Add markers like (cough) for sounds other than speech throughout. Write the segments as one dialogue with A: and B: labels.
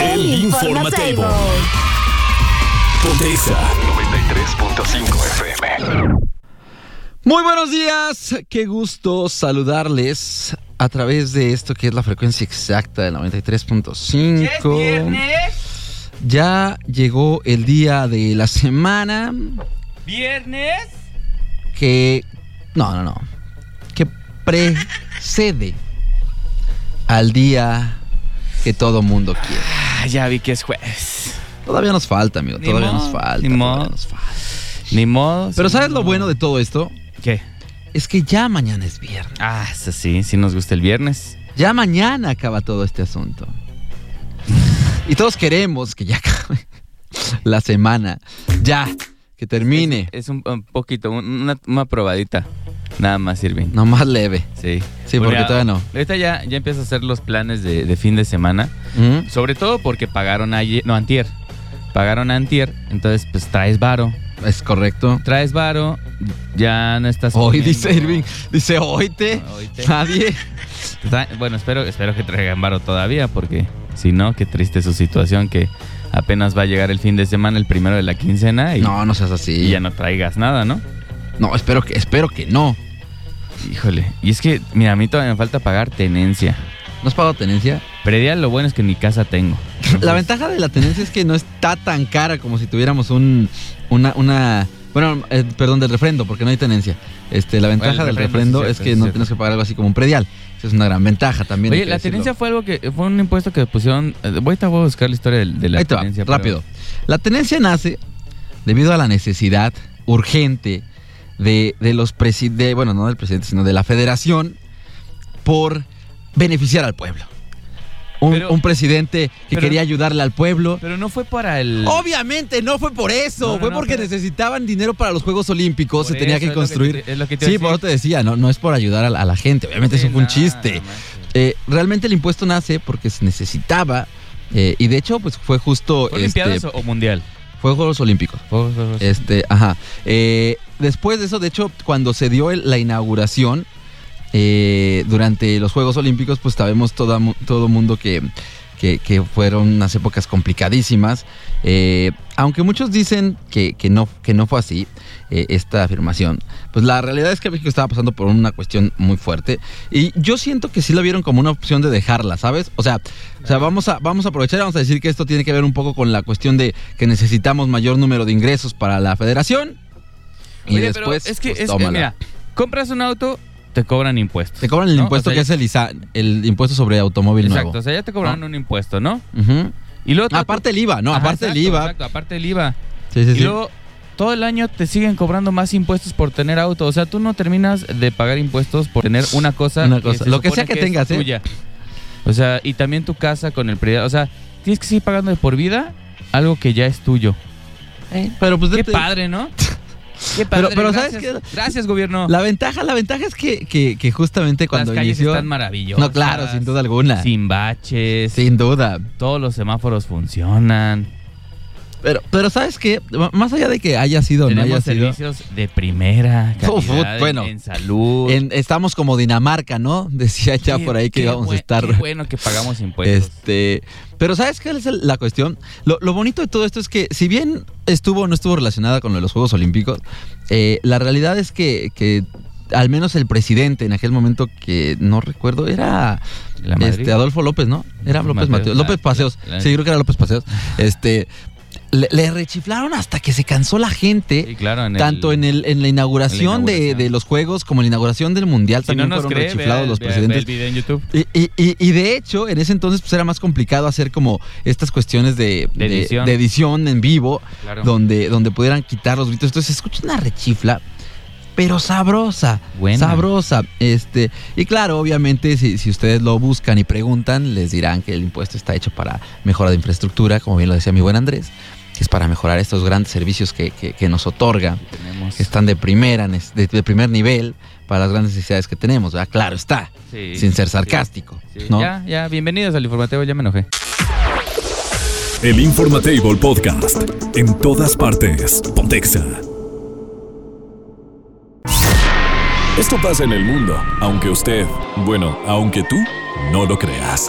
A: El Informatable. Ponte Exa.
B: 93.5 FM.
C: Muy buenos días, qué gusto saludarles a través de esto que es la frecuencia exacta del 93.5. Ya llegó el día de la semana
D: ¿Viernes?
C: que... No, no, no. Que precede al día que todo mundo quiere.
D: Ah, ya vi que es jueves.
C: Todavía nos falta, amigo.
D: Ni
C: Todavía
D: modo,
C: nos falta.
D: ni
C: todavía
D: modo.
C: nos falta.
D: Ni modo.
C: Pero
D: sí,
C: ¿sabes
D: ni
C: lo
D: modo.
C: bueno de todo esto?
D: ¿Qué?
C: Es que ya mañana es viernes.
D: Ah, eso sí, sí nos gusta el viernes.
C: Ya mañana acaba todo este asunto. Y todos queremos que ya acabe la semana. Ya, que termine.
D: Es un, un poquito, un- una, una probadita. Nada más sirve.
C: No más leve.
D: Sí.
C: Sí, porque
D: ya-
C: todavía no.
D: Ahorita ya, ya empiezo a hacer los planes de, de fin de semana.
C: ¿Mm?
D: Sobre todo porque pagaron ayer, no, antier. Pagaron antier, entonces pues traes varo.
C: Es correcto.
D: Traes varo, ya no Ah, estás...
C: Hoy
D: comiendo.
C: dice Irving, dice oite.
D: Hoy
C: (laughs)
D: te-
C: Nadie.
D: Está- Bueno, espero, espero que traigan varo todavía, porque si no, qué triste su situación, que apenas va a llegar el fin de semana, el primero de la quincena, y,
C: No, no seas
D: y
C: así.
D: ya no traigas nada, ¿no?
C: No, espero que, espero que no.
D: Híjole. Y es que, mira, a mí todavía me falta pagar tenencia.
C: ¿No has pagado tenencia?
D: Pero ya lo bueno es que ni casa tengo.
C: (laughs) La ventaja de la tenencia es que no está tan cara como si tuviéramos un, una, una bueno, eh, perdón, del refrendo, porque no hay tenencia. Este, la ventaja
D: Bueno, el
C: del refrendo
D: refrendo, sí,
C: es
D: cierto,
C: que
D: sí,
C: no
D: cierto.
C: tienes que pagar algo así como un predial. Esa es una gran ventaja también. hay
D: Oye,
C: que
D: la
C: decirlo.
D: tenencia fue algo que fue un impuesto que pusieron. eh, Voy a voy a buscar la historia de, de la
C: Ahí te va,
D: tenencia. pero-
C: rápido. La tenencia nace debido a la necesidad urgente de, de los presidentes, bueno, no del presidente, sino de la federación, por beneficiar al pueblo. Un,
D: Pero-
C: un presidente que
D: pero-
C: quería ayudarle al pueblo.
D: Pero no fue para el.
C: Obviamente no fue por eso,
D: No, no,
C: fue
D: no,
C: porque
D: pero-
C: necesitaban dinero para los Juegos Olímpicos,
D: Por
C: se tenía
D: eso,
C: que
D: es lo te-
C: construir.
D: es lo que te iba
C: sí,
D: a
C: por eso
D: decir.
C: te decía, no, no es por ayudar a la, a la gente, obviamente eso
D: Sí,
C: fue un
D: nada,
C: chiste.
D: manches.
C: Eh, realmente el impuesto nace porque se necesitaba eh, y de hecho pues fue justo
D: ¿Fue
C: este,
D: Olimpiadas o- o Mundial?
C: fue Juegos Olímpicos.
D: Fue- fue- fue-
C: Este, ajá. Eh, después de eso, de hecho, cuando se dio el- la inauguración eh, durante los Juegos Olímpicos, pues sabemos toda, mu- todo mundo que, que, que fueron unas épocas complicadísimas. Eh, aunque muchos dicen que, que no, que no fue así eh, esta afirmación, pues la realidad es que México estaba pasando por una cuestión muy fuerte. Y yo siento que sí la vieron como una opción de dejarla, ¿sabes? O sea, o sea, vamos a, vamos a aprovechar y vamos a decir que esto tiene que ver un poco con la cuestión de que necesitamos mayor número de ingresos para la federación. Y
D: Oye, pero
C: después,
D: es que
C: pues,
D: es- eh,
C: tómala.
D: mira, compras un auto, te cobran impuestos.
C: te cobran el
D: ¿no?
C: impuesto
D: O sea,
C: que es el, ISA, el impuesto sobre automóvil
D: Exacto, o
C: nuevo.
D: sea, ya te cobraron un impuesto, ¿no?
C: Ujú.
D: Y luego te-
C: Aparte el IVA, no,
D: Ajá,
C: aparte el
D: exacto,
C: IVA.
D: Exacto, aparte el IVA.
C: Sí, sí,
D: Y
C: sí.
D: luego todo el año te siguen cobrando más impuestos por tener auto, o sea, tú no terminas de pagar impuestos por tener una cosa,
C: Una cosa,
D: se
C: lo que
D: supone
C: sea que tengas,
D: es
C: ¿eh?
D: tuya. O sea, y también tu casa con el predial, o sea, tienes que seguir pagando de por vida algo que ya es tuyo.
C: Pero pues
D: Qué
C: de-
D: padre,
C: (laughs)
D: ¿no? Qué padre.
C: pero ¿sabes
D: gracias,
C: qué?
D: Gracias, gobierno.
C: La ventaja, la ventaja es que, que, que justamente cuando
D: Las calles
C: inició.
D: están maravillosas.
C: no, claro, sin duda alguna.
D: Sin baches.
C: Sin duda.
D: Todos los semáforos funcionan.
C: Pero, pero sabes que, más allá de que haya sido o no haya
D: Tenemos
C: sido.
D: servicios de primera calidad
C: (laughs) Uf, uf,
D: en-
C: bueno.
D: en salud.
C: en- estamos como Dinamarca, ¿no? (laughs) Decía ya
D: Qué-
C: por ahí que
D: qué
C: íbamos a
D: buen-
C: estar.
D: Qué bueno que pagamos impuestos.
C: Este, pero ¿sabes qué es el- la cuestión? Lo, lo bonito de todo esto es que si bien estuvo o no estuvo relacionada con lo de los Juegos Olímpicos, eh, la realidad es que, que al menos el presidente en aquel momento que no recuerdo era
D: La Madrid.
C: este, Adolfo López, ¿no? Era
D: López Mateos.
C: López Mateos. López
D: La-
C: Paseos.
D: la-
C: Sí, creo que era López Paseos. Este, le, le rechiflaron hasta que se cansó la gente.
D: Sí, claro, en el-
C: tanto en, el, en la
D: en
C: inauguración,
D: la
C: de-
D: inauguración.
C: De, los juegos como en la inauguración del mundial
D: Si no
C: también
D: nos
C: fueron
D: cree,
C: rechiflados
D: vea-
C: los
D: vea- vea el
C: presidentes.
D: video en YouTube.
C: Y, y- y- y de hecho, en ese entonces pues era más complicado hacer como estas cuestiones de,
D: De edición.
C: de edición en vivo,
D: Claro.
C: donde, donde pudieran quitar los gritos. Entonces se escucha una rechifla, pero sabrosa.
D: Buena.
C: Sabrosa. Este, y claro, obviamente, si, si ustedes lo buscan y preguntan, les dirán que el impuesto está hecho para mejora de infraestructura, como bien lo decía mi buen Andrés, que es para mejorar estos grandes servicios que, que- que nos otorga
D: Tenemos-
C: que están de primera, nes- de, de primer nivel para las grandes necesidades que tenemos, ¿verdad? Claro está,
D: Sí,
C: sin ser
D: sí,
C: sarcástico,
D: sí.
C: ¿no?
D: Ya, ya, bienvenidos al informativo, ya me enojé.
A: El Informatable Podcast. En todas partes. Pontexa. Esto pasa en el mundo, aunque usted, bueno, aunque tú, no lo creas.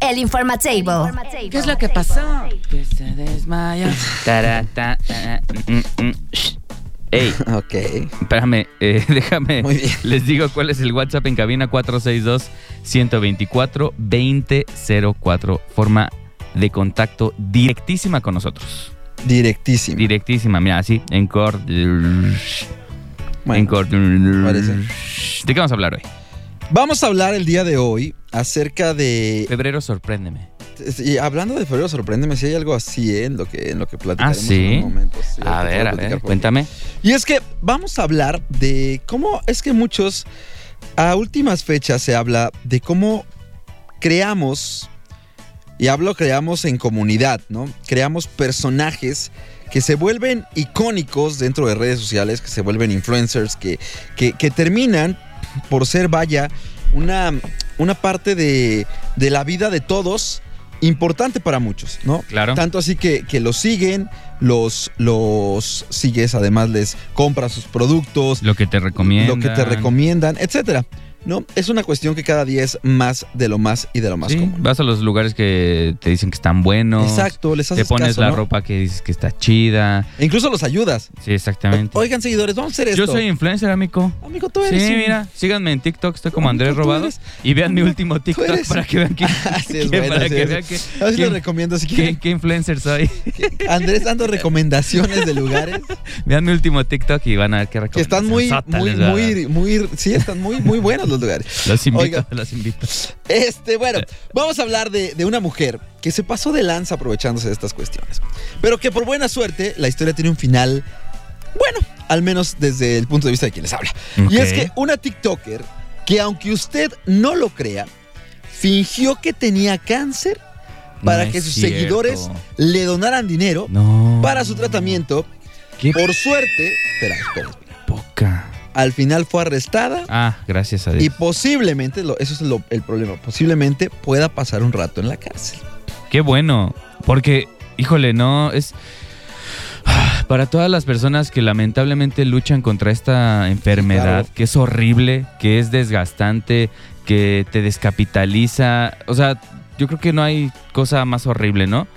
E: El Informatable.
F: ¿Qué es lo que pasó? Que se desmayó.
D: Tarata, tará, mm, mm, mm. Shh. Ey,
C: Ok.
D: espérame, eh, (laughs) déjame.
C: Muy bien.
D: Les digo cuál es el WhatsApp en cabina 462-124-2004. Forma de contacto directísima con nosotros.
C: Directísimo.
D: Directísima, mira, así, en corto.
C: Bueno,
D: en corto.
C: parece.
D: ¿De qué vamos a hablar hoy?
C: Vamos a hablar el día de hoy acerca de.
D: Febrero, sorpréndeme.
C: y hablando de febrero, sorpréndeme si hay algo así ¿eh? en lo que, en lo que platicaremos
D: ¿Ah, sí?
C: en un momento. Sí,
D: A
C: ahorita te voy
D: ver, a ver,
C: platicar por qué.
D: cuéntame.
C: Y es que vamos a hablar de cómo es que muchos, a últimas fechas, se habla de cómo creamos, y hablo creamos en comunidad, ¿no? Creamos personajes que se vuelven icónicos dentro de redes sociales, que se vuelven influencers, que, que, que terminan por ser, vaya, una, una parte de, de la vida de todos importante para muchos, ¿no?
D: Claro.
C: Tanto así que, que los siguen, los, los sigues, además les compras sus productos,
D: Lo que te recomiendo.
C: lo que te recomiendan, etcétera. No, es una cuestión que cada día es más de lo más y de lo más
D: Sí,
C: común.
D: vas a los lugares que te dicen que están buenos.
C: Exacto, les haces
D: Te pones
C: caso,
D: la
C: ¿no?
D: ropa que dices que está chida.
C: E incluso los ayudas.
D: Sí, exactamente.
C: Oigan, seguidores, vamos a hacer esto.
D: Yo soy influencer, amigo.
C: Amigo, tú eres.
D: sí,
C: un-
D: mira, síganme en TikTok, estoy como
C: Amigo,
D: Andrés
C: tú
D: Robado.
C: eres-
D: Y vean mi
C: amigo,
D: último
C: tú
D: TikTok
C: eres-
D: para que vean
C: (laughs)
D: que,
C: (laughs) Así
D: (laughs)
C: es
D: que-
C: bueno,
D: para
C: así
D: que
C: es.
D: vean que-
C: A ver si lo
D: que-
C: recomiendo si
D: que-
C: quieren.
D: que influencer soy. (laughs)
C: Andrés dando recomendaciones de lugares
D: vean mi último TikTok y van a ver qué
C: que están muy,
D: recomendación sota
C: muy,
D: les va a dar.
C: muy, muy, sí, están muy, muy buenos los lugares.
D: Los invito,
C: Oiga.
D: (laughs) los invito.
C: Este, bueno,
D: Eh.
C: vamos a hablar de, de una mujer que se pasó de lanza aprovechándose de estas cuestiones. Pero que por buena suerte la historia tiene un final, bueno, al menos desde el punto de vista de quienes habla. Y es
D: Ok.
C: que una TikToker que aunque usted no lo crea, fingió que tenía cáncer para
D: No es
C: que sus
D: cierto.
C: seguidores le donaran dinero
D: No.
C: para su tratamiento.
D: Qué
C: Por suerte, espera, espera, espera.
D: poca.
C: al final fue arrestada
D: Ah, gracias a Dios.
C: y posiblemente, lo- eso es lo- el problema, posiblemente pueda pasar un rato en la cárcel.
D: Qué bueno, porque, híjole, no, es... (sighs) Para todas las personas que lamentablemente luchan contra esta enfermedad,
C: claro.
D: que es horrible, que es desgastante, que te descapitaliza, o sea, yo creo que no hay cosa más horrible, ¿no?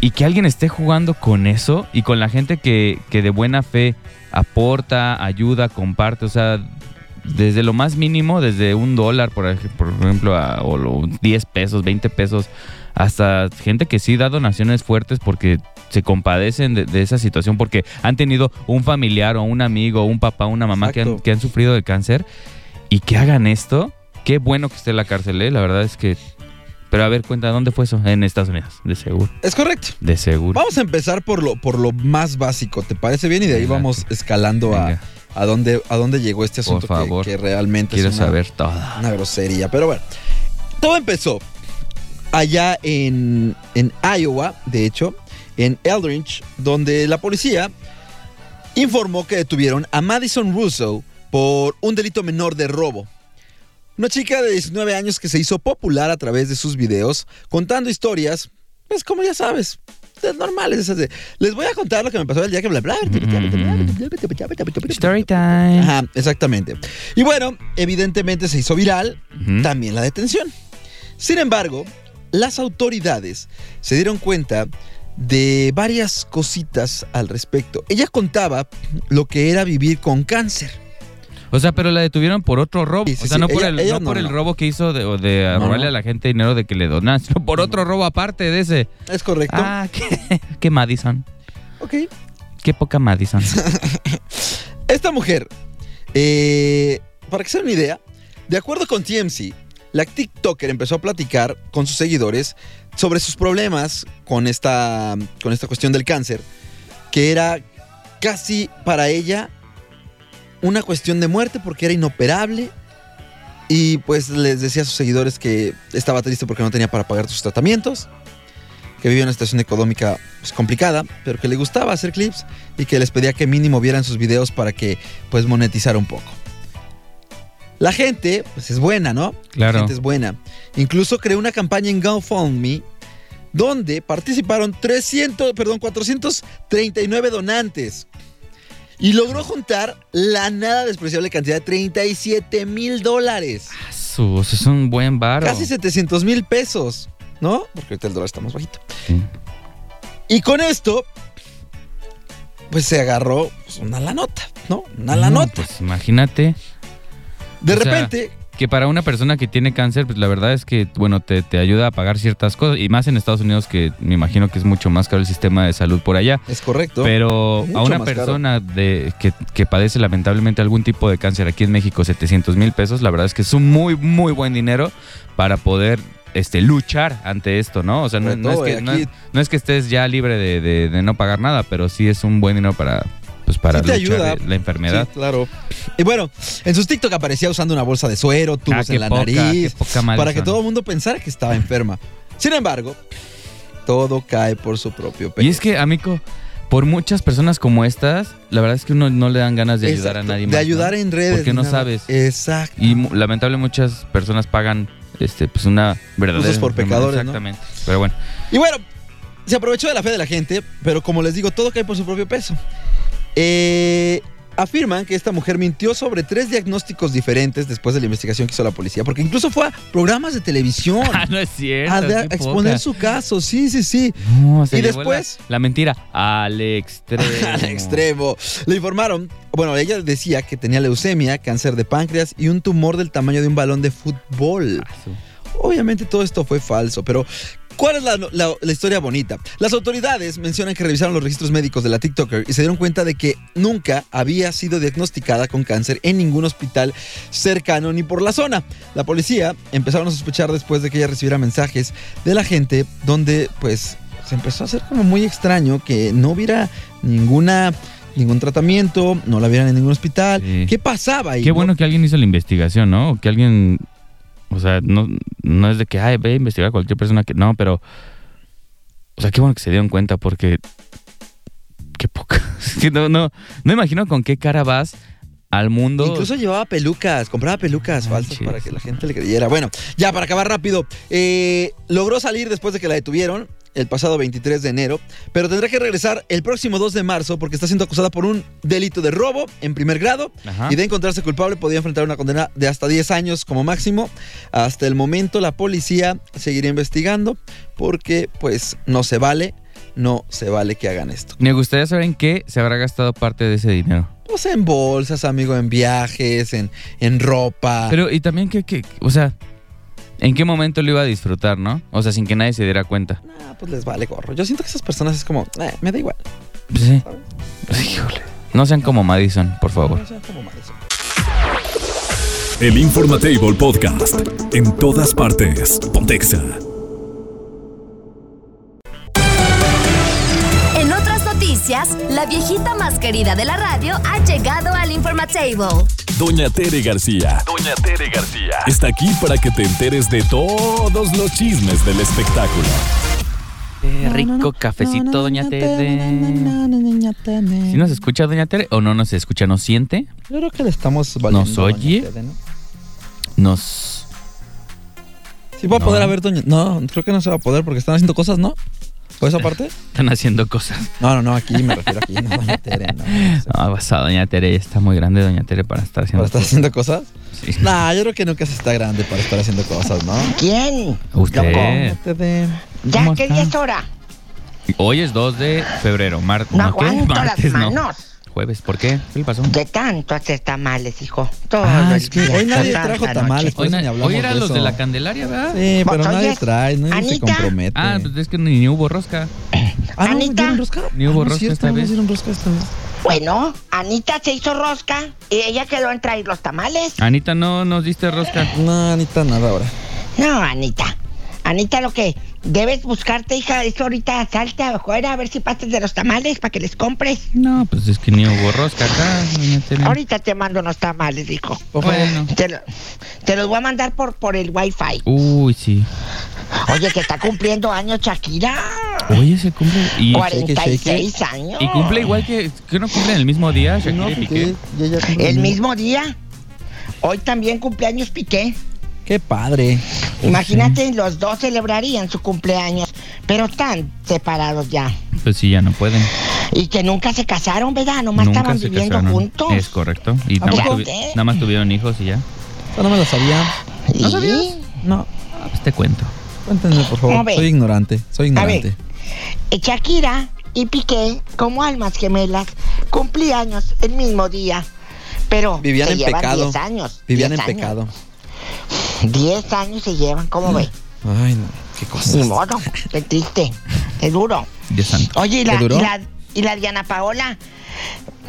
D: Y que alguien esté jugando con eso y con la gente que, que de buena fe aporta, ayuda, comparte, o sea, desde lo más mínimo, desde un dólar, por, ej- por ejemplo, a- o lo- 10 pesos, 20 pesos, hasta gente que sí da donaciones fuertes porque se compadecen de, de esa situación, porque han tenido un familiar o un amigo, o un papá, una mamá que han,
C: Exacto.
D: que han sufrido de cáncer y que hagan esto. Qué bueno que esté en la cárcel, ¿eh? la verdad es que... Pero a ver, cuenta, ¿dónde fue eso? En Estados Unidos, de seguro.
C: Es correcto.
D: De seguro.
C: Vamos a empezar por lo, por lo más básico, ¿te parece bien? Y de ahí
D: Venga.
C: vamos escalando a,
D: Venga,
C: a, dónde, a dónde llegó este
D: Por
C: asunto que-
D: favor.
C: Que, realmente
D: quiero
C: es una,
D: saber todo.
C: una grosería. Pero bueno, todo empezó allá en, en Iowa, de hecho, en Eldridge, donde la policía informó que detuvieron a Madison Russo por un delito menor de robo. Una chica de 19 años que se hizo popular a través de sus videos contando historias, pues como ya sabes, las normales. esas de, les voy a contar lo que me pasó el día que bla bla.
D: Story time.
C: Ajá, exactamente. Y bueno, evidentemente se hizo viral
D: Ujú.
C: también la detención. Sin embargo, las autoridades se dieron cuenta de varias cositas al respecto. Ella contaba lo que era vivir con cáncer.
D: O sea, pero la detuvieron por otro robo.
C: Sí, sí,
D: o sea,
C: sí.
D: no por,
C: Ella-
D: el,
C: ella
D: no
C: no,
D: por el
C: no.
D: robo que hizo de, o de
G: No,
D: robarle
G: no.
D: a la gente dinero de que le donan, sino por otro robo aparte de ese.
C: Es correcto.
D: Ah, qué, qué Madison.
C: Ok.
D: Qué poca
C: (laughs)
D: Madison.
C: Esta mujer, eh, para que se den una idea, de acuerdo con TMC, la TikToker empezó a platicar con sus seguidores sobre sus problemas con esta, con esta cuestión del cáncer, que era casi para ella una cuestión de muerte porque era inoperable. Y pues les decía a sus seguidores que estaba triste porque no tenía para pagar sus tratamientos, que vivía en una situación económica pues, complicada, pero que le gustaba hacer clips y que les pedía que mínimo vieran sus videos para que pues monetizara un poco. La gente pues es buena, ¿no? La
D: Claro.
C: gente es buena. Incluso creó una campaña en GoFundMe donde participaron 300, perdón, 439 donantes. Y logró juntar la nada despreciable cantidad de 37 mil dólares.
D: Ah, su- eso es un buen varo.
C: Casi 700 mil pesos, ¿no? Porque ahorita el dólar está más bajito.
D: Sí.
C: Y con esto, pues se agarró pues, una la nota, ¿no? Una la
D: No,
C: nota.
D: Pues imagínate
C: De
D: o sea,
C: repente,
D: que para una persona que tiene cáncer, pues la verdad es que, bueno, te, te ayuda a pagar ciertas cosas. Y más en Estados Unidos, que me imagino que es mucho más caro el sistema de salud por allá.
C: es correcto.
D: Pero
C: Mucho
D: a una
C: más caro.
D: persona de, que, que padece lamentablemente algún tipo de cáncer aquí en México, 700 mil pesos, la verdad es que es un muy, muy buen dinero para poder este, luchar ante esto, ¿no? O sea, no,
C: Sobre
D: no es
C: todo,
D: que,
C: eh,
D: no,
C: aquí-
D: es- no es que estés ya libre de, de- de no pagar nada, pero sí es un buen dinero para, pues, para
C: Sí te
D: luchar
C: ayuda.
D: de la enfermedad.
C: Sí, claro. Y bueno, en sus TikTok aparecía usando una bolsa de suero,
D: Ah,
C: tubos
D: qué
C: en la
D: poca,
C: nariz,
D: qué poca madre
C: para que
D: son.
C: todo el mundo pensara que estaba enferma. Sin embargo, todo cae por su propio peso.
D: Y es que, amigo, por muchas personas como estas, la verdad es que uno no le dan ganas de ayudar a
C: Exacto,
D: nadie más.
C: De
D: ¿no?
C: ayudar en redes.
D: Porque no
C: nada.
D: sabes.
C: Exacto.
D: Y mu- lamentable muchas personas pagan este pues una verdadera
C: Justos por
D: enfermedad.
C: pecadores, ¿no?
D: Exactamente. Pero bueno,
C: Y bueno, se aprovechó de la fe de la gente, pero como les digo, todo cae por su propio peso. Eh, afirman que esta mujer mintió sobre tres diagnósticos diferentes después de la investigación que hizo la policía, porque incluso fue a programas de televisión
D: (laughs) (laughs) ah, no es cierto.
C: a, da-
D: qué
C: exponer
D: poca.
C: su caso. Sí, sí, sí.
D: No, se
C: Y
D: llevó la-
C: después-
D: la, mentira al extremo.
C: (laughs) Al extremo. Le informaron, bueno, ella decía que tenía leucemia, cáncer de páncreas y un tumor del tamaño de un balón de fútbol.
D: Ah, su-
C: Obviamente todo esto fue falso, pero ¿cuál es la, la- la historia bonita? Las autoridades mencionan que revisaron los registros médicos de la TikToker y se dieron cuenta de que nunca había sido diagnosticada con cáncer en ningún hospital cercano ni por la zona. La policía empezaron a sospechar después de que ella recibiera mensajes de la gente donde pues se empezó a hacer como muy extraño que no hubiera ninguna ningún tratamiento, no la vieran en ningún hospital.
D: Sí.
C: ¿Qué pasaba ahí?
D: Qué
C: no?
D: bueno que alguien hizo la investigación, ¿no? O Que alguien o sea, no, no es de que ay, ve a investigar a cualquier persona que no, pero o sea, qué bueno que se dieron cuenta porque qué poca. (laughs) Sí, no no no imagino con qué cara vas al mundo.
C: Incluso llevaba pelucas, compraba pelucas falsas
D: Manches.
C: para que la gente le creyera. Bueno, ya para acabar rápido, eh, logró salir después de que la detuvieron el pasado 23 de enero, pero tendrá que regresar el próximo 2 de marzo porque está siendo acusada por un delito de robo en primer grado
D: Ajá.
C: y de encontrarse culpable podía enfrentar una condena de hasta 10 años como máximo. Hasta el momento la policía seguirá investigando porque pues no se vale, no se vale que hagan esto.
D: Me gustaría saber en qué se habrá gastado parte de ese dinero.
C: Pues en bolsas, amigo, en viajes, en, en ropa.
D: Pero, y también que, que- o sea, ¿en qué momento lo iba a disfrutar, no? O sea, sin que nadie se diera cuenta.
C: Nah, pues les vale gorro. Yo siento que esas personas es como, "Eh, me da igual.
D: Pues sí. Pues Híjole. No sean como Madison, por favor.
C: No sean como malos.
A: El Informatable Podcast. En todas partes. Pontexa.
E: En otras noticias, la viejita más querida de la radio ha llegado al Informatable.
A: Doña Tere García.
H: Doña Tere García.
A: Está aquí para que te enteres de todos los chismes del espectáculo.
D: Qué rico cafecito, doña Tere. ¿Sí nos escucha, doña Tere? ¿O no nos escucha? ¿Nos siente?
C: Yo creo que le estamos valiendo.
D: ¿Nos
C: a doña
D: oye?
C: Tere, ¿no?
D: Nos...
C: Sí va a
D: No.
C: poder haber doña... No, creo que no se va a poder porque están haciendo cosas, ¿no? ¿Por esa parte?
D: Están haciendo cosas.
C: No, no, no, aquí me refiero aquí, no, doña Tere, no. no sé.
D: No, Ah, basado, doña Tere. Ya está muy grande, doña Tere, para estar haciendo
C: ¿Para (laughs) estar
D: cosas.
C: haciendo cosas?
D: Sí.
C: Nah, yo creo que nunca se está grande para estar haciendo cosas, ¿no?
I: ¿Quién?
D: Usted.
C: Doña Tere.
I: ¿Ya
D: ¿Cómo
I: qué
D: está?
I: día es hora?
D: Hoy es 2 de febrero, martes.
I: No aguanto las manos.
D: Jueves. jueves. ¿Por qué? ¿Qué le pasó?
I: De tanto hacer tamales, hijo. Todo
C: Ah,
I: el
C: es que
I: día,
J: Hoy nadie
I: tanta
J: trajo
I: noche.
J: tamales, por
I: Pues
D: Hoy,
J: eso
D: na-
J: ni hablamos
D: hoy eran
J: de
D: los
J: eso.
D: de la Candelaria, ¿verdad?
C: Sí, este. pero
I: Oye,
C: nadie trae, nadie se
I: Anita.
C: compromete.
D: Ah, pues es que ni, ni hubo rosca.
C: Ah, ¿no
I: Anita.
C: dieron rosca?
D: Ni hubo
C: Ah, no es
D: rosca
C: cierto,
D: esta
C: no
D: vez.
C: dieron rosca esta vez.
I: Bueno, Anita se hizo rosca y ella quedó en traer los tamales.
D: Anita, no nos diste rosca.
C: No, Anita, nada ahora.
I: No, Anita. Anita, lo que debes buscarte, hija, es ahorita salte afuera a ver si pasas de los tamales para que les compres.
D: No, pues es que ni hubo rosca acá. no tienen-
I: Ahorita te mando unos tamales, hijo.
D: Bueno.
I: Te, lo- te los voy a mandar por, por el wifi.
D: Uy, sí.
I: Oye, que está cumpliendo años Shakira.
D: Oye, se cumple. Y,
I: 46 años.
D: y cumple igual que. ¿Que no cumple en el mismo día, Shakira y Piqué?
I: El mismo día. Hoy también cumpleaños Piqué.
C: Qué padre.
I: Imagínate, los dos celebrarían su cumpleaños, pero están separados ya.
D: Pues sí, ya no pueden.
I: Y que nunca se casaron, ¿verdad? Nomás
D: Nunca
I: estaban
D: se
I: viviendo
D: casaron.
I: juntos.
D: Es correcto. Y
I: ¿A
D: nada más,
I: poco?
D: tuvi- nada más tuvieron hijos y ya.
C: Eso no me lo sabía.
I: Y-
C: No,
D: Ah, Pues te cuento.
C: cuéntenme, por
I: ¿Cómo
C: favor.
I: ve?
C: Soy ignorante, soy ignorante.
I: eh, Shakira y Piqué, como almas gemelas, cumpleaños el mismo día. Pero
J: Vivían
I: se
J: en
I: llevan
J: pecado.
I: 10 años.
J: Vivían en
I: 10 años.
J: pecado.
I: 10 años se llevan, ¿cómo ve?
C: Ay, no,
J: Mm.
C: qué
I: Ni
C: cosas.
I: modo, qué triste, qué duro.
D: Dios santo.
I: Oye, y la,
C: ¿Te duró?
I: y la, y la Diana Paola,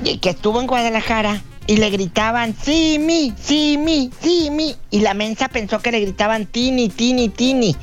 I: y que estuvo en Guadalajara y le gritaban, sí, mi, sí, mi, sí, mi. Y la mensa pensó que le gritaban, tini, tini, tini.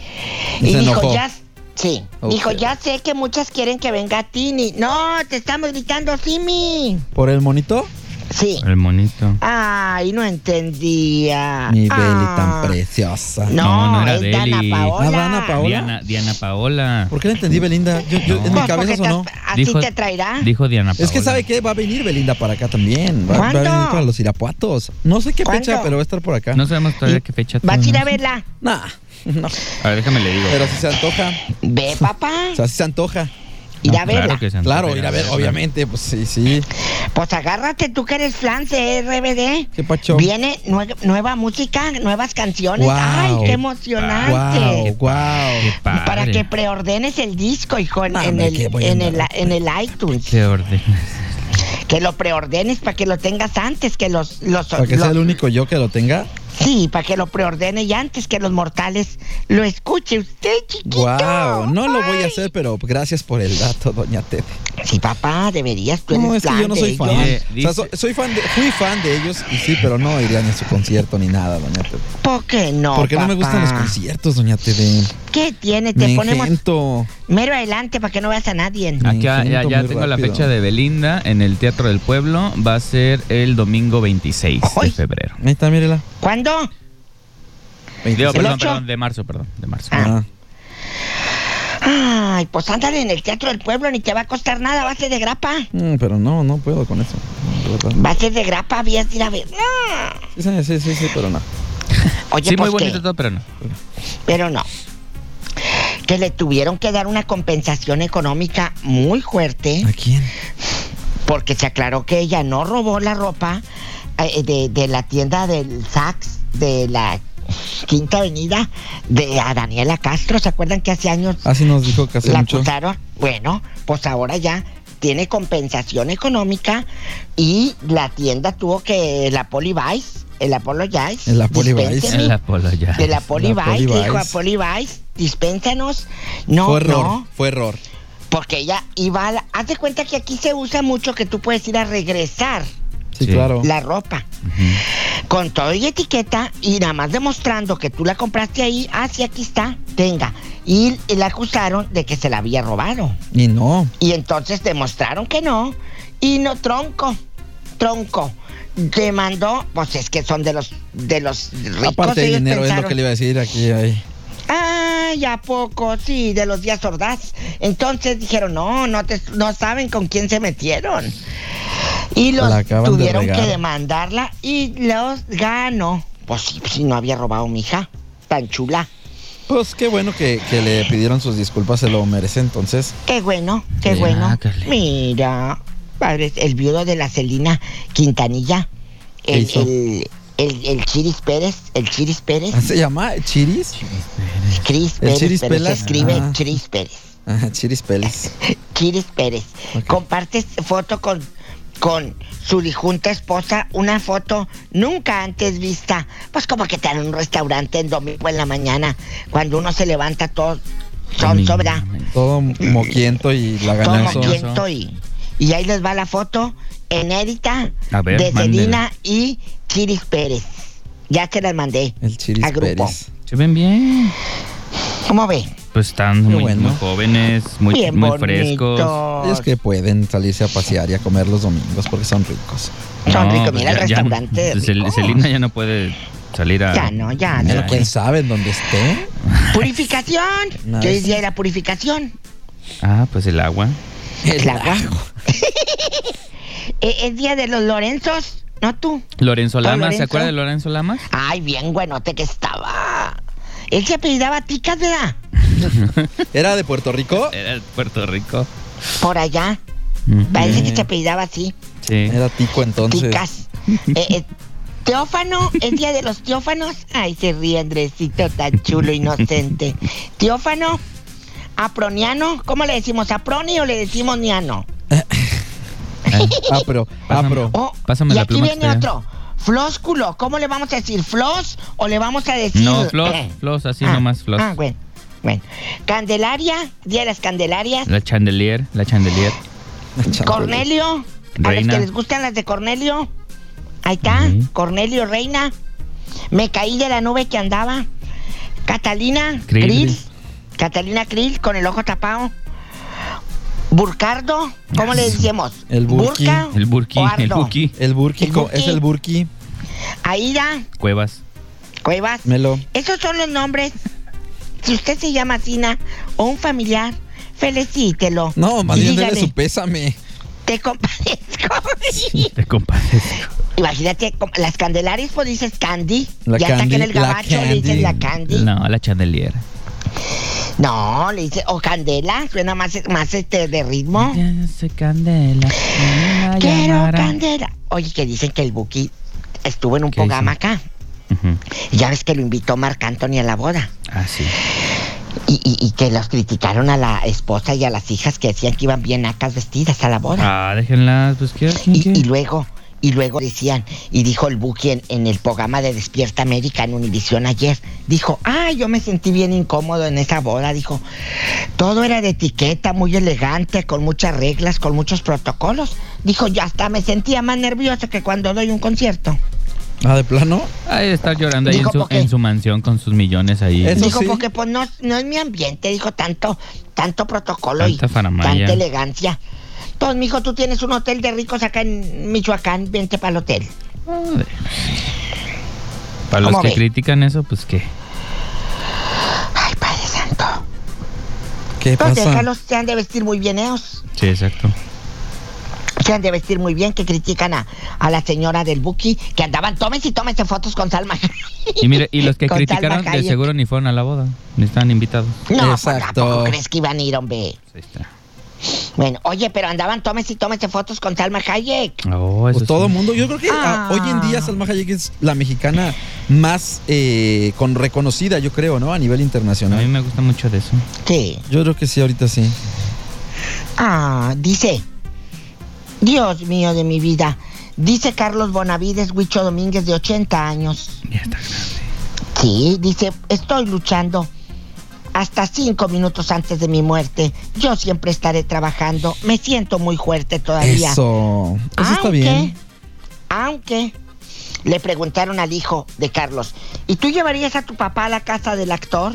C: Y
I: Y,
C: se
I: dijo,
C: enojó.
I: ya. Sí,
C: Ok.
I: dijo, ya sé que muchas quieren que venga Tini. No, te estamos gritando, Simi.
C: ¿Por el monito?
I: Sí.
D: El monito.
I: Ay, no entendía.
C: Mi Beli
I: Ah.
C: tan preciosa.
I: No,
D: No, no era
I: es
D: Beli.
I: Dana Paola.
C: Ah, Dana Paola.
D: Diana, Diana Paola.
C: ¿Por qué la entendí, Belinda? Yo, yo- ¿En
I: Pues,
C: mi cabeza
I: porque te-
C: sonó?
I: Así
D: Dijo-
I: te traerá.
D: Dijo Diana Paola.
C: Es que sabe que va a venir Belinda para acá también. Va, va a
I: ¿Cuándo?
C: venir para los Irapuatos. No sé qué fecha,
I: ¿Cuándo?
C: pero va a estar por acá.
D: No sabemos todavía qué fecha.
I: Vas a ir
D: todavía
I: a
D: no sé.
I: verla.
C: Nah, no.
D: A ver, déjame le digo.
C: Pero si se antoja.
I: Ve,
C: (laughs)
I: papá.
C: O sea, si se antoja.
I: Ir a verla.
D: Claro que se antoja
C: Claro, ir a ver,
D: verla.
C: obviamente. Pues sí, sí.
I: Pues agárrate tú que eres flan de RBD.
C: ¿Qué pacho?
I: Viene nue- nueva música, nuevas canciones.
C: Guau.
I: ¡Ay, qué
C: Wow,
I: emocionante!
C: wow.
D: Qué padre.
I: Para que preordenes el disco, hijo, en,
C: Ah,
I: en
C: hombre,
I: el,
C: qué bueno.
I: en, el, en el iTunes.
D: Te
C: (laughs)
D: ordenes.
I: Que lo preordenes para que lo tengas antes que los... los,
C: Para que
I: los-
C: sea el único yo que lo tenga.
I: Sí, para que lo preordene y antes que los mortales lo escuche usted, chiquito.
C: Wow, no lo voy
I: Ay.
C: a hacer, pero gracias por el dato, doña Tete.
I: Sí, papá, deberías. Tú
C: No,
I: eres
C: es que
I: plan
C: yo no
I: de
C: soy
I: ellos.
C: fan.
D: ellos.
C: O sea, so- soy fan de, fui fan de ellos y sí, pero no iría ni a su concierto ni nada, doña Tete.
I: ¿Por qué no?
C: Porque no me
I: Oh, papá?
C: gustan los conciertos, doña Tede.
I: ¿Qué tiene? Te
C: Me
I: ponemos
C: engento.
I: mero adelante para que no veas a nadie.
C: Me
D: Aquí ya, ya-
C: engento
D: ya
C: muy
D: tengo la
C: rápido.
D: fecha de Belinda en el Teatro del Pueblo. Va a ser el domingo 26
I: Ay.
D: de febrero.
C: Ahí está, mírela.
I: ¿Cuándo?
D: Digo,
C: 26.
D: perdón,
I: ocho?
D: perdón, de marzo, perdón, de marzo.
C: Ah,
I: Ay, pues ándale en el Teatro del Pueblo, ni te va a costar nada, va a ser de grapa.
C: mm, pero no, no puedo con eso. de verdad.
I: Va a ser de grapa, habías de ir a ver.
C: Sí,
I: No.
C: sí, sí, sí, sí, pero no.
I: Oye,
D: Sí, muy
I: pues ¿qué?
D: bonito todo, pero no.
I: pero no. Que le tuvieron que dar una compensación económica muy fuerte
C: ¿A quién?
I: porque se aclaró que ella no robó la ropa eh, de, de la tienda del Saks de la Quinta Avenida de a Daniela Castro. ¿Se acuerdan que hace años
C: Así Ah, nos dijo que hace
I: la
C: mucho.
I: acusaron. Bueno, pues ahora ya tiene compensación económica y la tienda tuvo que el Apoli Vice, el Apolo Vice.
C: El Apollo Vice.
I: dispénseme,
D: El Apolo ya.
I: El Apoli
C: El Apollo
I: Vice,
C: Vice.
I: dijo Apoli Vice, dispénsanos. No,
C: Fue error,
I: no,
C: fue error.
I: porque ella iba a la- Haz de cuenta que aquí se usa mucho que tú puedes ir a regresar
C: Sí,
D: Sí.
C: claro.
I: la ropa. Con todo y etiqueta y nada más demostrando que tú la compraste ahí, así aquí está, tenga. Y la acusaron de que se la había robado.
C: Y no.
I: Y entonces demostraron que no. Y no, tronco, tronco. Demandó, pues es que son de los de los ricos.
C: Aparte de
I: ellos
C: dinero es lo
I: pensaron,
C: que le iba a decir aquí. Ahí.
I: Ay, ¿a poco? Sí, de los días sordaz. Entonces dijeron, no, no, te, no saben con quién se metieron. Y los
C: La acaban de
I: tuvieron
C: regar.
I: que demandarla y los ganó. Pues sí, si no había robado mi hija, tan chula.
C: Pues qué bueno que, que le pidieron sus disculpas, se lo merece entonces. (laughs)
I: Qué bueno, qué
D: Mira,
I: bueno.
D: Carlita.
I: Mira, padre, el viudo de la Celina Quintanilla,
C: ¿Qué
I: el,
C: hizo?
I: el, el, el Chiris Pérez, el Chiris Pérez,
C: ¿Se llama Chiris?
I: Chris
C: Ah, ¿El
I: Pérez,
C: Chiris
I: pero
C: Pelas?
I: se escribe
C: Ah.
I: Chiris Pérez,
C: Ah, Chiris Pelis.
I: Chiris Pérez.
C: Ok.
I: Comparte foto con con su lijunta esposa una foto nunca antes vista. Pues como que está en un restaurante en domingo en la mañana, cuando uno se levanta todo son sobra,
C: Todo moquiento y
I: todo
C: laganazo.
I: moquiento y, y ahí les va la foto enérita
D: A ver,
I: de
D: mándela.
I: Celina y Chiris Pérez. Ya te las mandé.
C: El Chiris
I: a grupo.
C: Pérez.
D: Se ven bien.
I: ¿Cómo ve?
D: Pues están
C: Qué
D: muy,
C: bueno.
D: muy jóvenes, muy,
I: Bien
D: muy frescos.
I: bonitos.
C: Ellos que pueden salirse a pasear y a comer los domingos porque son ricos.
I: Son
D: No,
I: ricos,
D: pues
I: mira el
D: ya- ya- (laughs)
I: restaurante.
D: Cel-
I: rico.
D: Celina ya no puede salir a.
I: Ya no, ya no.
C: Pero quién sabe en dónde esté.
I: (laughs) Purificación.
C: No,
I: Yo
C: es-
I: decía la purificación.
D: Ah, pues el agua.
I: El agua. (laughs) Eh, es día de los Lorenzos, no tú.
D: Lorenzo Lamas, ¿se
I: Lorenzo.
D: acuerda de Lorenzo Lamas?
I: Ay, bien buenote que estaba. Él se apellidaba Ticas, ¿verdad?
C: ¿Era de Puerto Rico?
D: Era de Puerto Rico.
I: Por allá. Parece que se apellidaba así.
D: Sí.
C: Era Tico entonces.
I: Ticas. Eh, eh, Teófano, es día de los teófanos. Ay, se ríe Andresito, tan chulo, inocente. Teófano, aproniano, ¿cómo le decimos? ¿Aproni o le decimos niano?
C: Apro,
D: Pásame.
C: apro.
I: Oh,
D: Pásame
I: y
D: la
I: aquí
D: pluma
I: viene
D: que te-
I: otro. Flósculo. ¿Cómo le vamos a decir? ¿Flos o le vamos a decir?
D: No, Flos,
I: Eh.
D: Flos, así nomás, Flos.
I: Ah, bueno. Bueno. Candelaria, Día de las Candelarias.
D: La chandelier, la chandelier.
I: Cornelio. A los
D: Reina.
I: que les gustan las de Cornelio. Ahí está.
D: Ujú.
I: Cornelio, Reina. Me caí de la nube que andaba. Catalina
D: Krill.
I: Krill. Catalina Krill con el ojo tapado. Burcardo. ¿Cómo le decíamos?
C: Ah, El Burki.
I: Burca
D: El burki,
I: o
D: el
I: Ardo.
D: buki.
C: El burki,
I: El
C: co-
I: burki.
C: es el burki.
I: Aida.
D: Cuevas.
I: Cuevas.
C: Melo.
I: Esos son los nombres. Si usted se llama Sina o un familiar, felicítelo.
C: No, más
I: Y
C: bien
I: dígale,
C: dele su pésame.
I: Te
C: (laughs)
I: compadezco.
D: Te compadezco.
I: Imagínate, com- las candelarias, pues dices Candy.
C: La
I: ya está que en
C: Candy,
I: el
C: la
I: gabacho le dices
C: Candy.
I: la Candy. No,
D: No, la chandelier.
I: le dices, o Candela, suena más, más este de ritmo.
F: Ya no sé, candela. me la
I: Quiero
F: llamará.
I: Candela. Oye, que dicen que el Buki estuvo en un
D: ¿Qué hizo?
I: programa acá.
D: Ujú.
I: Ya ves que lo invitó Marc Anthony a la boda.
D: Ah, sí.
I: Y, y- y que los criticaron a la esposa y a las hijas que decían que iban bien nacas vestidas a la boda.
D: Ah, déjenlas, pues qué. ¿Quién
I: Y,
D: qué?
I: y luego, y luego decían, y dijo el Buki en, en el programa de Despierta América en Univisión ayer, dijo, ah, yo me sentí bien incómodo en esa boda, dijo, todo era de etiqueta, muy elegante, con muchas reglas, con muchos protocolos. Dijo, yo hasta me sentía más nervioso que cuando doy un concierto.
C: Ah, de plano.
D: Ah, debe estar llorando ahí
I: Dijo,
D: en su,
I: ¿por qué?
D: en su mansión con sus millones ahí.
C: Eso
I: dijo,
C: sí.
I: porque pues no, no es mi ambiente, dijo tanto, tanto protocolo
D: Tanta
I: y
D: faramaya.
I: tanta elegancia. Entonces, mijo, tú tienes un hotel de ricos acá en Michoacán, vente para el hotel.
D: Para los
I: ¿Cómo
D: que
I: ve?
D: critican eso, pues qué.
I: Ay, Padre Santo.
C: ¿Qué
I: Pues
C: pasa?
I: déjalos, se han de vestir muy bien ellos.
D: Sí, exacto.
I: Se han de vestir muy bien que critican a, a la señora del Buki, que andaban, tómense y tómense fotos con Salma. (laughs)
D: Y mire, y los que
I: Con Salma
D: criticaron de
I: Hayek.
D: seguro ni fueron a la boda, ni estaban invitados.
I: No, Exacto.
C: Exacto.
I: crees que iban a ir, hombre?
D: Pues ahí está.
I: Bueno, oye, pero andaban, tómense y tómense fotos con Salma Hayek.
D: Oh, eso
C: Pues todo
D: sí.
C: mundo. Yo creo que ah,
I: Ah.
C: hoy en día Salma Hayek es la mexicana más eh, con reconocida, yo creo, ¿no? A nivel
D: A mí
C: internacional.
D: me gusta mucho de eso.
I: Sí.
C: Yo creo que sí, ahorita sí.
I: Ah, dice. Dios mío de mi vida. Dice Carlos Bonavides Huicho Domínguez de 80 años.
D: Ya está grande.
I: Sí, dice, estoy luchando. Hasta cinco minutos antes de mi muerte, yo siempre estaré trabajando. Me siento muy fuerte todavía.
C: Eso. Eso
I: Ah,
C: está bien.
I: Aunque le preguntaron al hijo de Carlos, ¿y tú llevarías a tu papá a la casa del actor?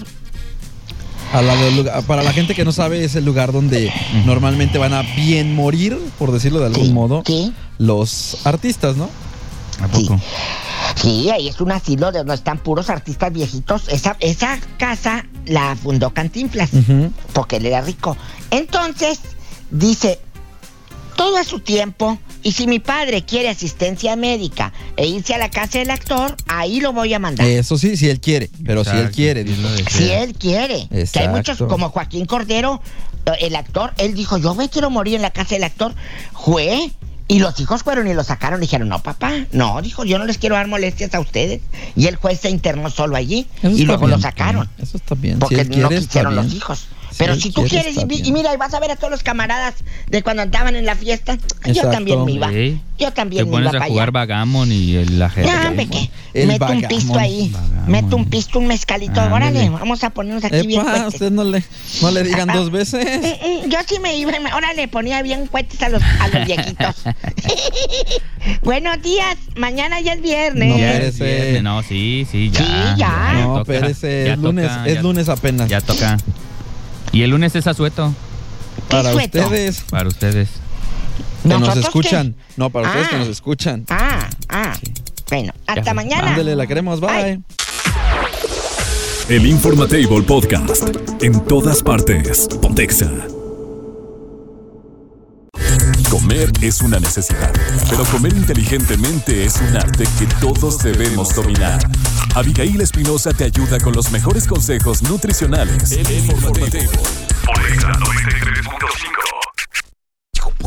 C: A la del lugar- para la gente que no sabe, es el lugar donde normalmente van a bien morir, por decirlo de algún
I: Sí,
C: modo,
I: sí.
C: los artistas, ¿no?
D: ¿A poco?
I: Sí, ahí es un asilo de donde están puros artistas viejitos. Esa, esa casa la fundó Cantinflas,
C: Ujú.
I: porque él era rico. Entonces, dice, todo a su tiempo, y si mi padre quiere asistencia médica e irse a la casa del actor, ahí lo voy a mandar.
C: Eso sí, si él quiere. Pero si él
D: Exacto,
C: quiere,
D: sí,
C: dice.
D: lo desea.
I: Si él quiere. Que hay
C: Exacto.
I: muchos, como Joaquín Cordero, eh, el actor, él dijo, yo me quiero morir en la casa del actor. Fue. Y los hijos fueron y lo sacaron. Dijeron, no, papá, no, dijo, yo no les quiero dar molestias a ustedes. Y el juez se internó solo allí.
C: Eso
I: y
C: está
I: luego lo
C: bien.
I: sacaron.
C: Eso está bien.
I: Porque
C: si él quiere,
I: no
C: está
I: quisieron
C: bien.
I: los hijos.
C: Si
I: Pero
J: él
I: si tú
J: quiere,
I: quieres,
J: está
I: y, vi-
J: bien.
I: y mira, y vas a ver a todos los camaradas de cuando andaban en la fiesta, Ay, yo
J: Exacto.
I: también me iba.
D: Sí.
I: Yo
D: Te
I: también me iba
D: pones a
I: para
D: jugar
I: allá.
D: vagamon y el ajedrez.
I: No, hombre, ¿qué?
J: El
I: Mete un
J: vagamon.
I: pisto ahí.
D: Vagamon.
I: Mete un pisto, un mezcalito.
D: Ándale.
I: Órale, vamos a ponernos aquí bien
J: Ah, Epa,
I: puestos.
J: usted no le, no le digan dos veces.
I: Mm, mm, Yo sí me iba, y me- ahora le ponía bien cuetes a los, a los viejitos.
J: (laughs)
I: Buenos días, mañana ya es viernes.
J: No,
D: Ya
J: eres-
D: es viernes, no, sí, sí, ya.
I: pues, Sí, ya.
J: No,
D: toca,
J: espérese,
D: ya
J: es lunes,
D: toca,
J: es
D: ya-
J: lunes apenas.
D: Ya toca. Y el lunes es asueto
J: para
I: sueto?
J: ustedes
D: para ustedes.
J: que nos
I: ¿Nosotros
J: escuchan. No, para ustedes que
I: Ah.
J: nos escuchan.
I: Ah, ah. Bueno, hasta
D: Ya.
I: mañana.
J: Ándele, la queremos, bye.
I: Ay.
A: El Informatable Podcast. En todas partes. Pontexa. Comer es una necesidad, pero comer inteligentemente es un arte que todos debemos dominar. Abigail Espinosa te ayuda con los mejores consejos nutricionales. El Informatable.
B: Pontexa 93.5.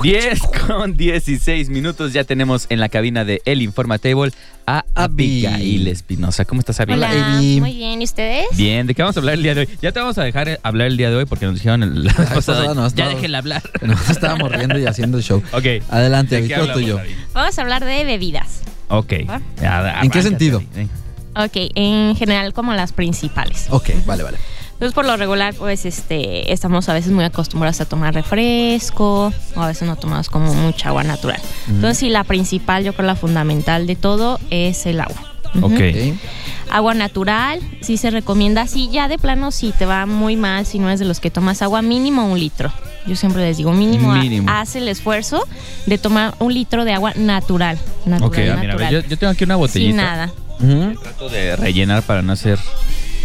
D: 10 con 16 minutos ya tenemos en la cabina de El Informatable a
J: Abby.
D: Abigail Espinosa. ¿Cómo estás, Abigail?
K: Hola,
J: Baby.
K: muy bien. ¿Y ustedes?
D: Bien, ¿de qué vamos a hablar el día de hoy? Ya te vamos a dejar eh, hablar el día de hoy porque nos dijeron el, la vez
C: Ay,
D: pasada,
C: pasada no,
D: ya
C: estaba-
D: déjenla hablar.
C: Nos estábamos riendo y haciendo el show.
D: Ok.
C: Adelante,
D: ¿De qué
C: Abby, todo
D: hablamos,
C: tuyo.
D: Abby?
K: Vamos a hablar de bebidas.
D: Ok.
K: ¿Va?
D: Ad-
C: ¿En qué
D: arráncate,
C: sentido?
D: Abby, ven.
K: Ok, en general como las principales.
C: Ok, vale, vale.
K: Entonces por lo regular pues este estamos a veces muy acostumbrados a tomar refresco o a veces no tomamos como mucha agua natural. Entonces sí, la principal, yo creo la fundamental de todo es el agua. Ujú.
D: Ok.
C: Ok.
K: Agua natural, sí se recomienda, sí ya de plano si te va muy mal, si no es de los que tomas agua, mínimo un litro. Yo siempre les digo, mínimo, ha-
D: Mínimo.
K: haz el esfuerzo de tomar un litro de agua natural. Natural,
D: Ok, ah, mira, a ver,
K: natural.
D: yo, yo tengo aquí una botellita.
K: Sin nada.
C: Ujú.
D: Trato de rellenar para no hacer.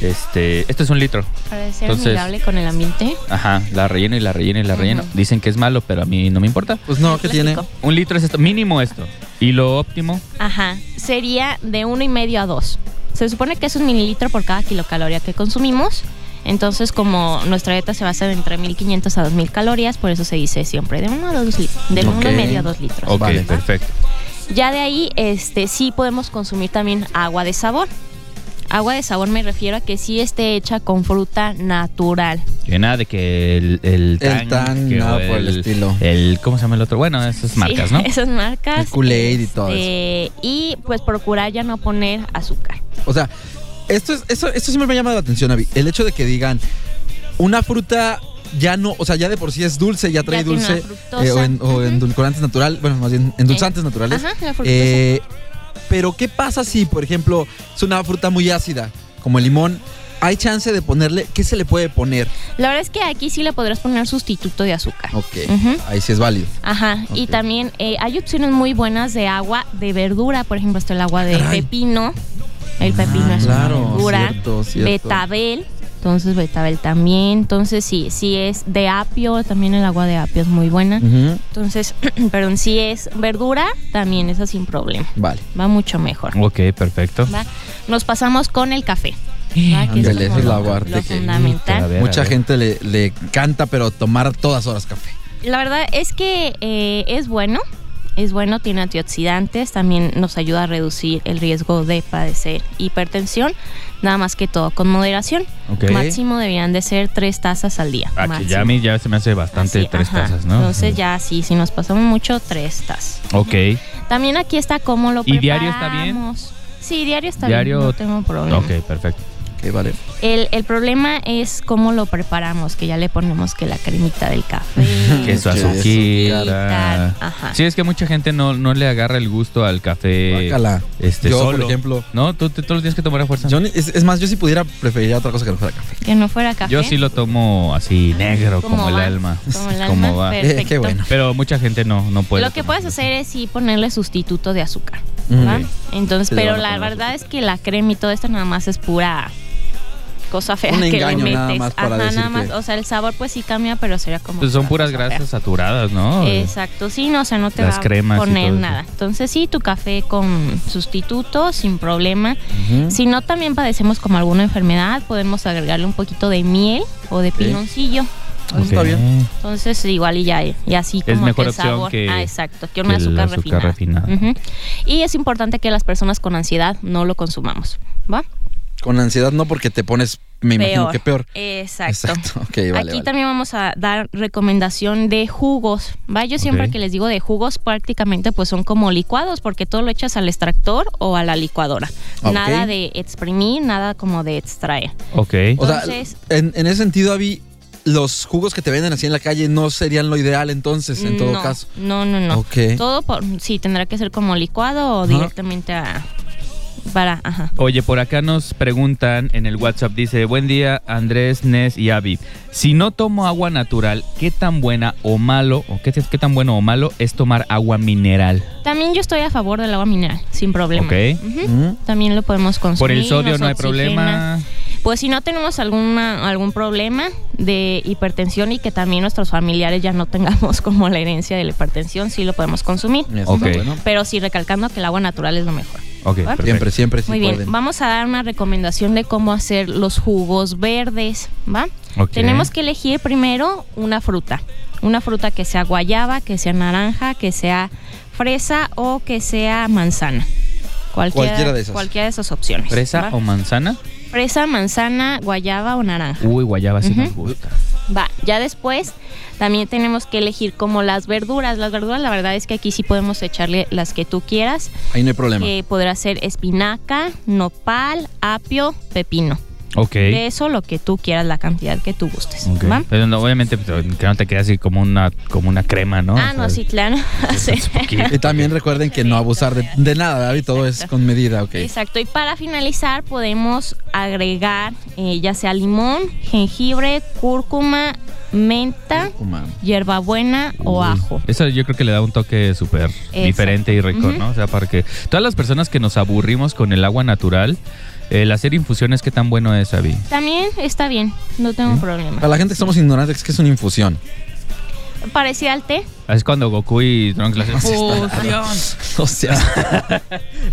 D: Este. Esto es un litro.
K: Para ser
D: Entonces-
K: amigable con el ambiente.
D: Ajá. La relleno y la relleno y la relleno.
K: Ujú.
D: Dicen que es malo, pero a mí no me importa.
C: Pues no, ¿qué tiene?
K: Plástico.
D: Un litro es esto. Mínimo esto. Y lo óptimo.
K: Ajá. Sería de uno y medio a dos. Se supone que es un mililitro por cada kilocaloría que consumimos. Entonces, como nuestra dieta se basa en entre 1500 a 2000 calorías, por eso se dice siempre de uno a dos li- del uno
C: Ok.
K: y medio a dos litros.
D: Ok, pues.
C: Vale.
D: perfecto.
K: Ya de ahí, este, sí podemos consumir también agua de sabor. Agua de sabor me refiero a que sí esté hecha con fruta natural.
D: Que nada de que el. El tan.
C: tan,
D: que-
C: nada
D: o
C: por el estilo.
D: El, ¿Cómo se llama el otro? Bueno, esas marcas,
K: Sí,
D: ¿no?
K: (laughs) Esas marcas.
C: El Kool-Aid y todo
K: este, Y pues procurar ya no poner azúcar.
C: O sea, esto, es, esto, esto siempre me llama la atención, Abby. El hecho de que digan una fruta ya no, o sea, ya de por sí es dulce, ya trae
K: Ya tiene
C: dulce.
K: una fructosa.
C: eh, o, en, o
K: Ujú.
C: endulcorantes natural, bueno, más bien endulzantes naturales.
K: Eh, Ajá, la fructosa.
C: Eh, pero, ¿qué pasa si, por ejemplo, es una fruta muy ácida, como el limón? ¿Hay chance de ponerle? ¿Qué se le puede poner?
K: La verdad es que aquí sí le podrás poner sustituto de azúcar.
C: Ok,
K: Ujú.
C: ahí sí es válido.
K: Ajá, y
C: Ok.
K: también eh, hay opciones muy buenas de agua de verdura, por ejemplo, está el agua de
C: Caray. Ah,
K: pepino, el pepino es una verdura,
C: cierto, cierto.
K: betabel, entonces betabel también, entonces sí, sí es de apio, también el agua de apio es muy buena,
C: Ujú,
K: entonces, (clears throat) perdón, si es verdura, también esa sin problema,
C: Vale.
K: va mucho mejor.
D: Ok, perfecto.
K: ¿va? Nos pasamos con el café. ¿va? Que
C: Ándale, esa
K: como
C: es la
K: lo-
C: parte
K: lo
C: que-
K: fundamental.
D: A ver,
C: Mucha
D: a ver.
C: gente le, le encanta, pero tomar todas horas café.
K: La verdad es que eh, es bueno, es bueno, tiene antioxidantes, también nos ayuda a reducir el riesgo de padecer hipertensión, nada más que todo con moderación.
D: Ok.
K: Máximo deberían de ser tres tazas al día.
D: Ah, que
K: máximo.
D: ya a mí ya se me hace bastante
K: Así,
D: tres
K: ajá.
D: tazas, ¿no?
K: Entonces ya sí, si nos pasamos mucho, tres tazas.
D: Ok.
K: También aquí está cómo lo
D: ¿Y diario está bien?
K: preparamos. Sí, diario está
D: Diario-
K: bien, no tengo problema.
D: Ok, perfecto.
C: Ok, vale.
K: El, el problema es cómo lo preparamos, que ya le ponemos que la cremita del
D: (laughs)
K: café.
D: Queso
C: Queso,
D: azuquita.
K: azuquita, ajá.
D: Sí, es que mucha gente no, no le agarra el gusto al café.
C: Guácala.
D: Este,
C: yo,
D: solo.
C: por ejemplo,
D: No, tú, tú- tú lo tienes que tomar a fuerza.
C: yo ni- es, es más, yo si pudiera preferiría otra cosa que no fuera café.
K: Que no fuera café.
D: Yo sí lo tomo así negro,
K: ¿Cómo
D: como el
K: va?
D: alma.
K: (laughs)
D: (laughs)
K: Como el
D: Como
K: alma,
D: va.
K: pero-
C: Eh, (laughs) qué
K: Perfecto.
C: bueno.
D: Pero mucha gente no, no puede.
K: Lo que puedes hacer es sí ponerle sustituto de azúcar.
C: Mm.
K: ¿va?
C: Ok.
K: Entonces,
C: Sí, le
K: pero
C: van a
K: la
C: poner
K: verdad es que la crema y todo esto nada más es pura cosa fea
C: Un
K: que
C: engaño
K: le metes.
C: nada más para
K: Ajá,
C: decir
K: nada más.
C: que-
K: O sea, el sabor pues sí cambia, pero sería como.
D: Pues son
K: una
D: puras
K: cosa fea.
D: grasas saturadas, ¿no?
K: Exacto, sí, no, o sea, no te
D: Las
K: va
D: cremas y
K: a poner
D: todo eso.
K: nada. Entonces, sí, tu café con sustituto, sin problema. Si no también padecemos como alguna enfermedad, podemos agregarle un poquito de miel o de piloncillo.
D: Ok.
C: Está bien.
K: Entonces igual y ya y así como
D: mejor
K: que el
D: opción
K: sabor.
D: que-
K: ah, exacto, que
D: que
K: un
D: el
K: azúcar,
D: azúcar
K: refinada.
D: refinada.
K: Ujú. Y es importante que las personas con ansiedad no lo consumamos, ¿va?
J: Con ansiedad no porque te pones, me imagino que peor.
K: Exacto.
J: (laughs) Ok, vale.
K: Aquí
J: vale.
K: también vamos a dar recomendación de jugos. Va, yo siempre
D: Ok.
K: que les digo de jugos, prácticamente pues son como licuados, porque todo lo echas al extractor o a la licuadora.
J: Ah, Ok.
K: Nada de exprimir, nada como de extraer.
D: Ok.
J: O sea,
K: Entonces-
J: en, en ese sentido, Avi, los jugos que te venden así en la calle no serían lo ideal entonces, en todo
K: Mm, no,
J: caso.
K: No, no, no.
J: Ok.
K: Todo por, sí, tendrá que ser como licuado o directamente a, para, ajá.
D: Oye, por acá nos preguntan en el WhatsApp, dice, buen día Andrés, Nes y Avi. Si no tomo agua natural, ¿qué tan buena o malo, o qué, qué tan bueno o malo es tomar agua mineral?
K: También yo estoy a favor del agua mineral, sin problema.
D: Ok.
K: Ujú.
J: Mm.
K: También lo podemos consumir.
D: Por el sodio
K: nos
D: no hay
K: oxigena.
D: problema.
K: Pues si no tenemos alguna, algún problema de hipertensión y que también nuestros familiares ya no tengamos (laughs) como la herencia de la hipertensión, sí lo podemos consumir.
J: Eso
D: Ok.
J: está bueno.
K: Pero sí recalcando que el agua natural es lo mejor.
D: Ok,
K: Siempre.
D: perfecto.
J: Siempre, siempre sí
K: Muy bien,
J: pueden.
K: vamos a dar una recomendación de cómo hacer los jugos verdes, ¿va?
D: Ok.
K: Tenemos que elegir primero una fruta. Una fruta que sea guayaba, que sea naranja, que sea fresa o que sea manzana. Cualquiera,
J: Cualquiera de esas.
K: Cualquiera de esas opciones.
D: ¿Fresa
K: ¿va?
D: o manzana?
K: fresa, manzana, guayaba o naranja.
D: Uy, guayaba sí
K: Ujú.
D: nos gusta.
J: Uh.
K: Va, ya después también tenemos que elegir como las verduras. Las verduras la verdad es que aquí sí podemos echarle las que tú quieras,
J: Ahí no hay problema.
K: que podrá ser espinaca, nopal, apio, pepino.
D: Ok.
K: De eso lo que tú quieras, la cantidad que tú gustes.
D: Ok.
K: ¿va?
D: Pero no, obviamente pero que no te quede así como una, como una crema, ¿no?
K: Ah,
D: O sea,
K: no, sí, claro.
D: (laughs)
K: Sí. (laughs)
D: es poquito.
J: Y también recuerden que no abusar de, de nada, David, todo es con medida, ok.
K: Exacto, y para finalizar podemos agregar eh, ya sea limón, jengibre, cúrcuma, menta,
J: Humano.
K: hierbabuena o
D: Uy,
K: ajo.
D: Mm. Eso yo creo que le da un toque súper diferente y rico,
K: Ujú.
D: ¿no? O sea, para que todas las personas que nos aburrimos con el agua natural, el hacer infusiones, ¿qué tan bueno es, Abby?
K: También está bien, no tengo problema.
J: Para la gente que somos ignorantes, que es una infusión. (laughs)
K: Parecida al té.
D: Es cuando Goku y Trunks le hacen fusión.
J: O sea,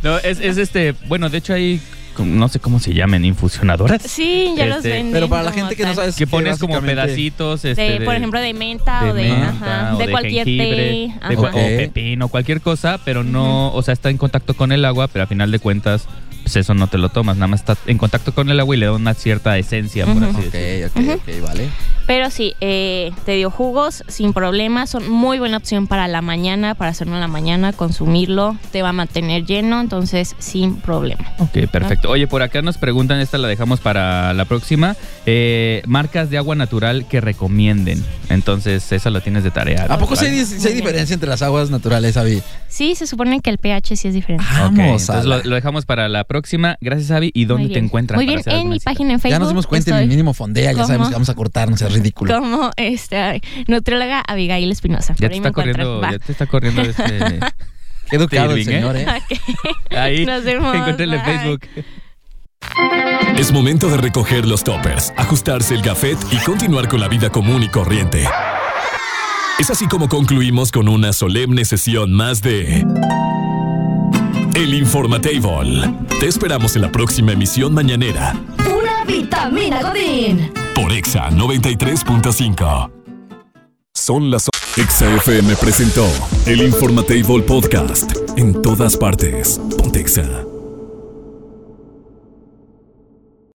D: No, es, es este, bueno, de hecho hay, como- no sé cómo se llamen, infusionadoras.
K: Sí, ya los
D: Este,
K: venden.
J: pero para la
K: como
J: gente que no sabe
K: tal.
D: Que pones como
J: básicamente-
D: pedacitos,
K: De,
D: este, de-
K: por ejemplo, de menta
D: de
K: o de,
D: menta,
K: ajá,
D: o
K: de, cualquier té.
D: jengibre, de
K: ajá.
D: cua-
J: Ok.
D: o pepino, cualquier cosa, pero no, o sea, está en contacto con el agua, pero a final de cuentas, pues eso no te lo tomas, nada más está en contacto con el agua y le da una cierta esencia, por
K: Ujú.
D: así
J: Ok,
D: decirlo.
J: ok, ok, vale.
K: Pero sí, eh, te dio jugos sin problema. Son muy buena opción para la mañana, para hacerlo en la mañana, consumirlo. Te va a mantener lleno, entonces sin problema.
D: Ok, perfecto. Oye, por acá nos preguntan, esta la dejamos para la próxima, eh, marcas de agua natural que recomienden. Entonces, esa la tienes de tarea.
J: ¿A poco sí hay,
D: ¿vale?
J: sí hay diferencia entre las aguas naturales, David?
K: Sí, se supone que el pH sí es diferente.
D: Ok,
J: Vamos,
D: entonces
J: ala.
D: lo, lo dejamos para la próxima. Gracias, Avi. ¿Y dónde
K: Muy
D: te
K: bien.
D: encuentras?
K: Muy
D: para
K: bien,
D: hacer
K: en
D: alguna
K: mi
D: cita?
K: página en Facebook.
J: ya nos dimos cuenta, el
K: estoy
J: mínimo fondea, ya sabemos
K: ¿Cómo?
J: que vamos a cortarnos, es ridículo.
K: Como este, nutrióloga Abigail
D: Ya
K: Espinosa. Por
D: te
K: ahí me
D: está
K: encuentran.
D: corriendo,
K: Va. (laughs)
D: ya te está corriendo este...
J: Qué educado el
D: Irving, ¿eh?
J: señor, ¿eh?
D: Ahí.
K: Nos vemos,
D: Encuéntrenle en
K: bye.
D: Facebook.
A: Es momento de recoger los toppers, ajustarse el gafet y continuar con la vida común y corriente. Es así como concluimos con una solemne sesión más de El Informatable. Te esperamos en la próxima emisión mañanera
E: Una vitamina Godín.
A: por Exa 93.5. Son las Exa FM presentó El Informatable Podcast. En todas partes. Pontexa.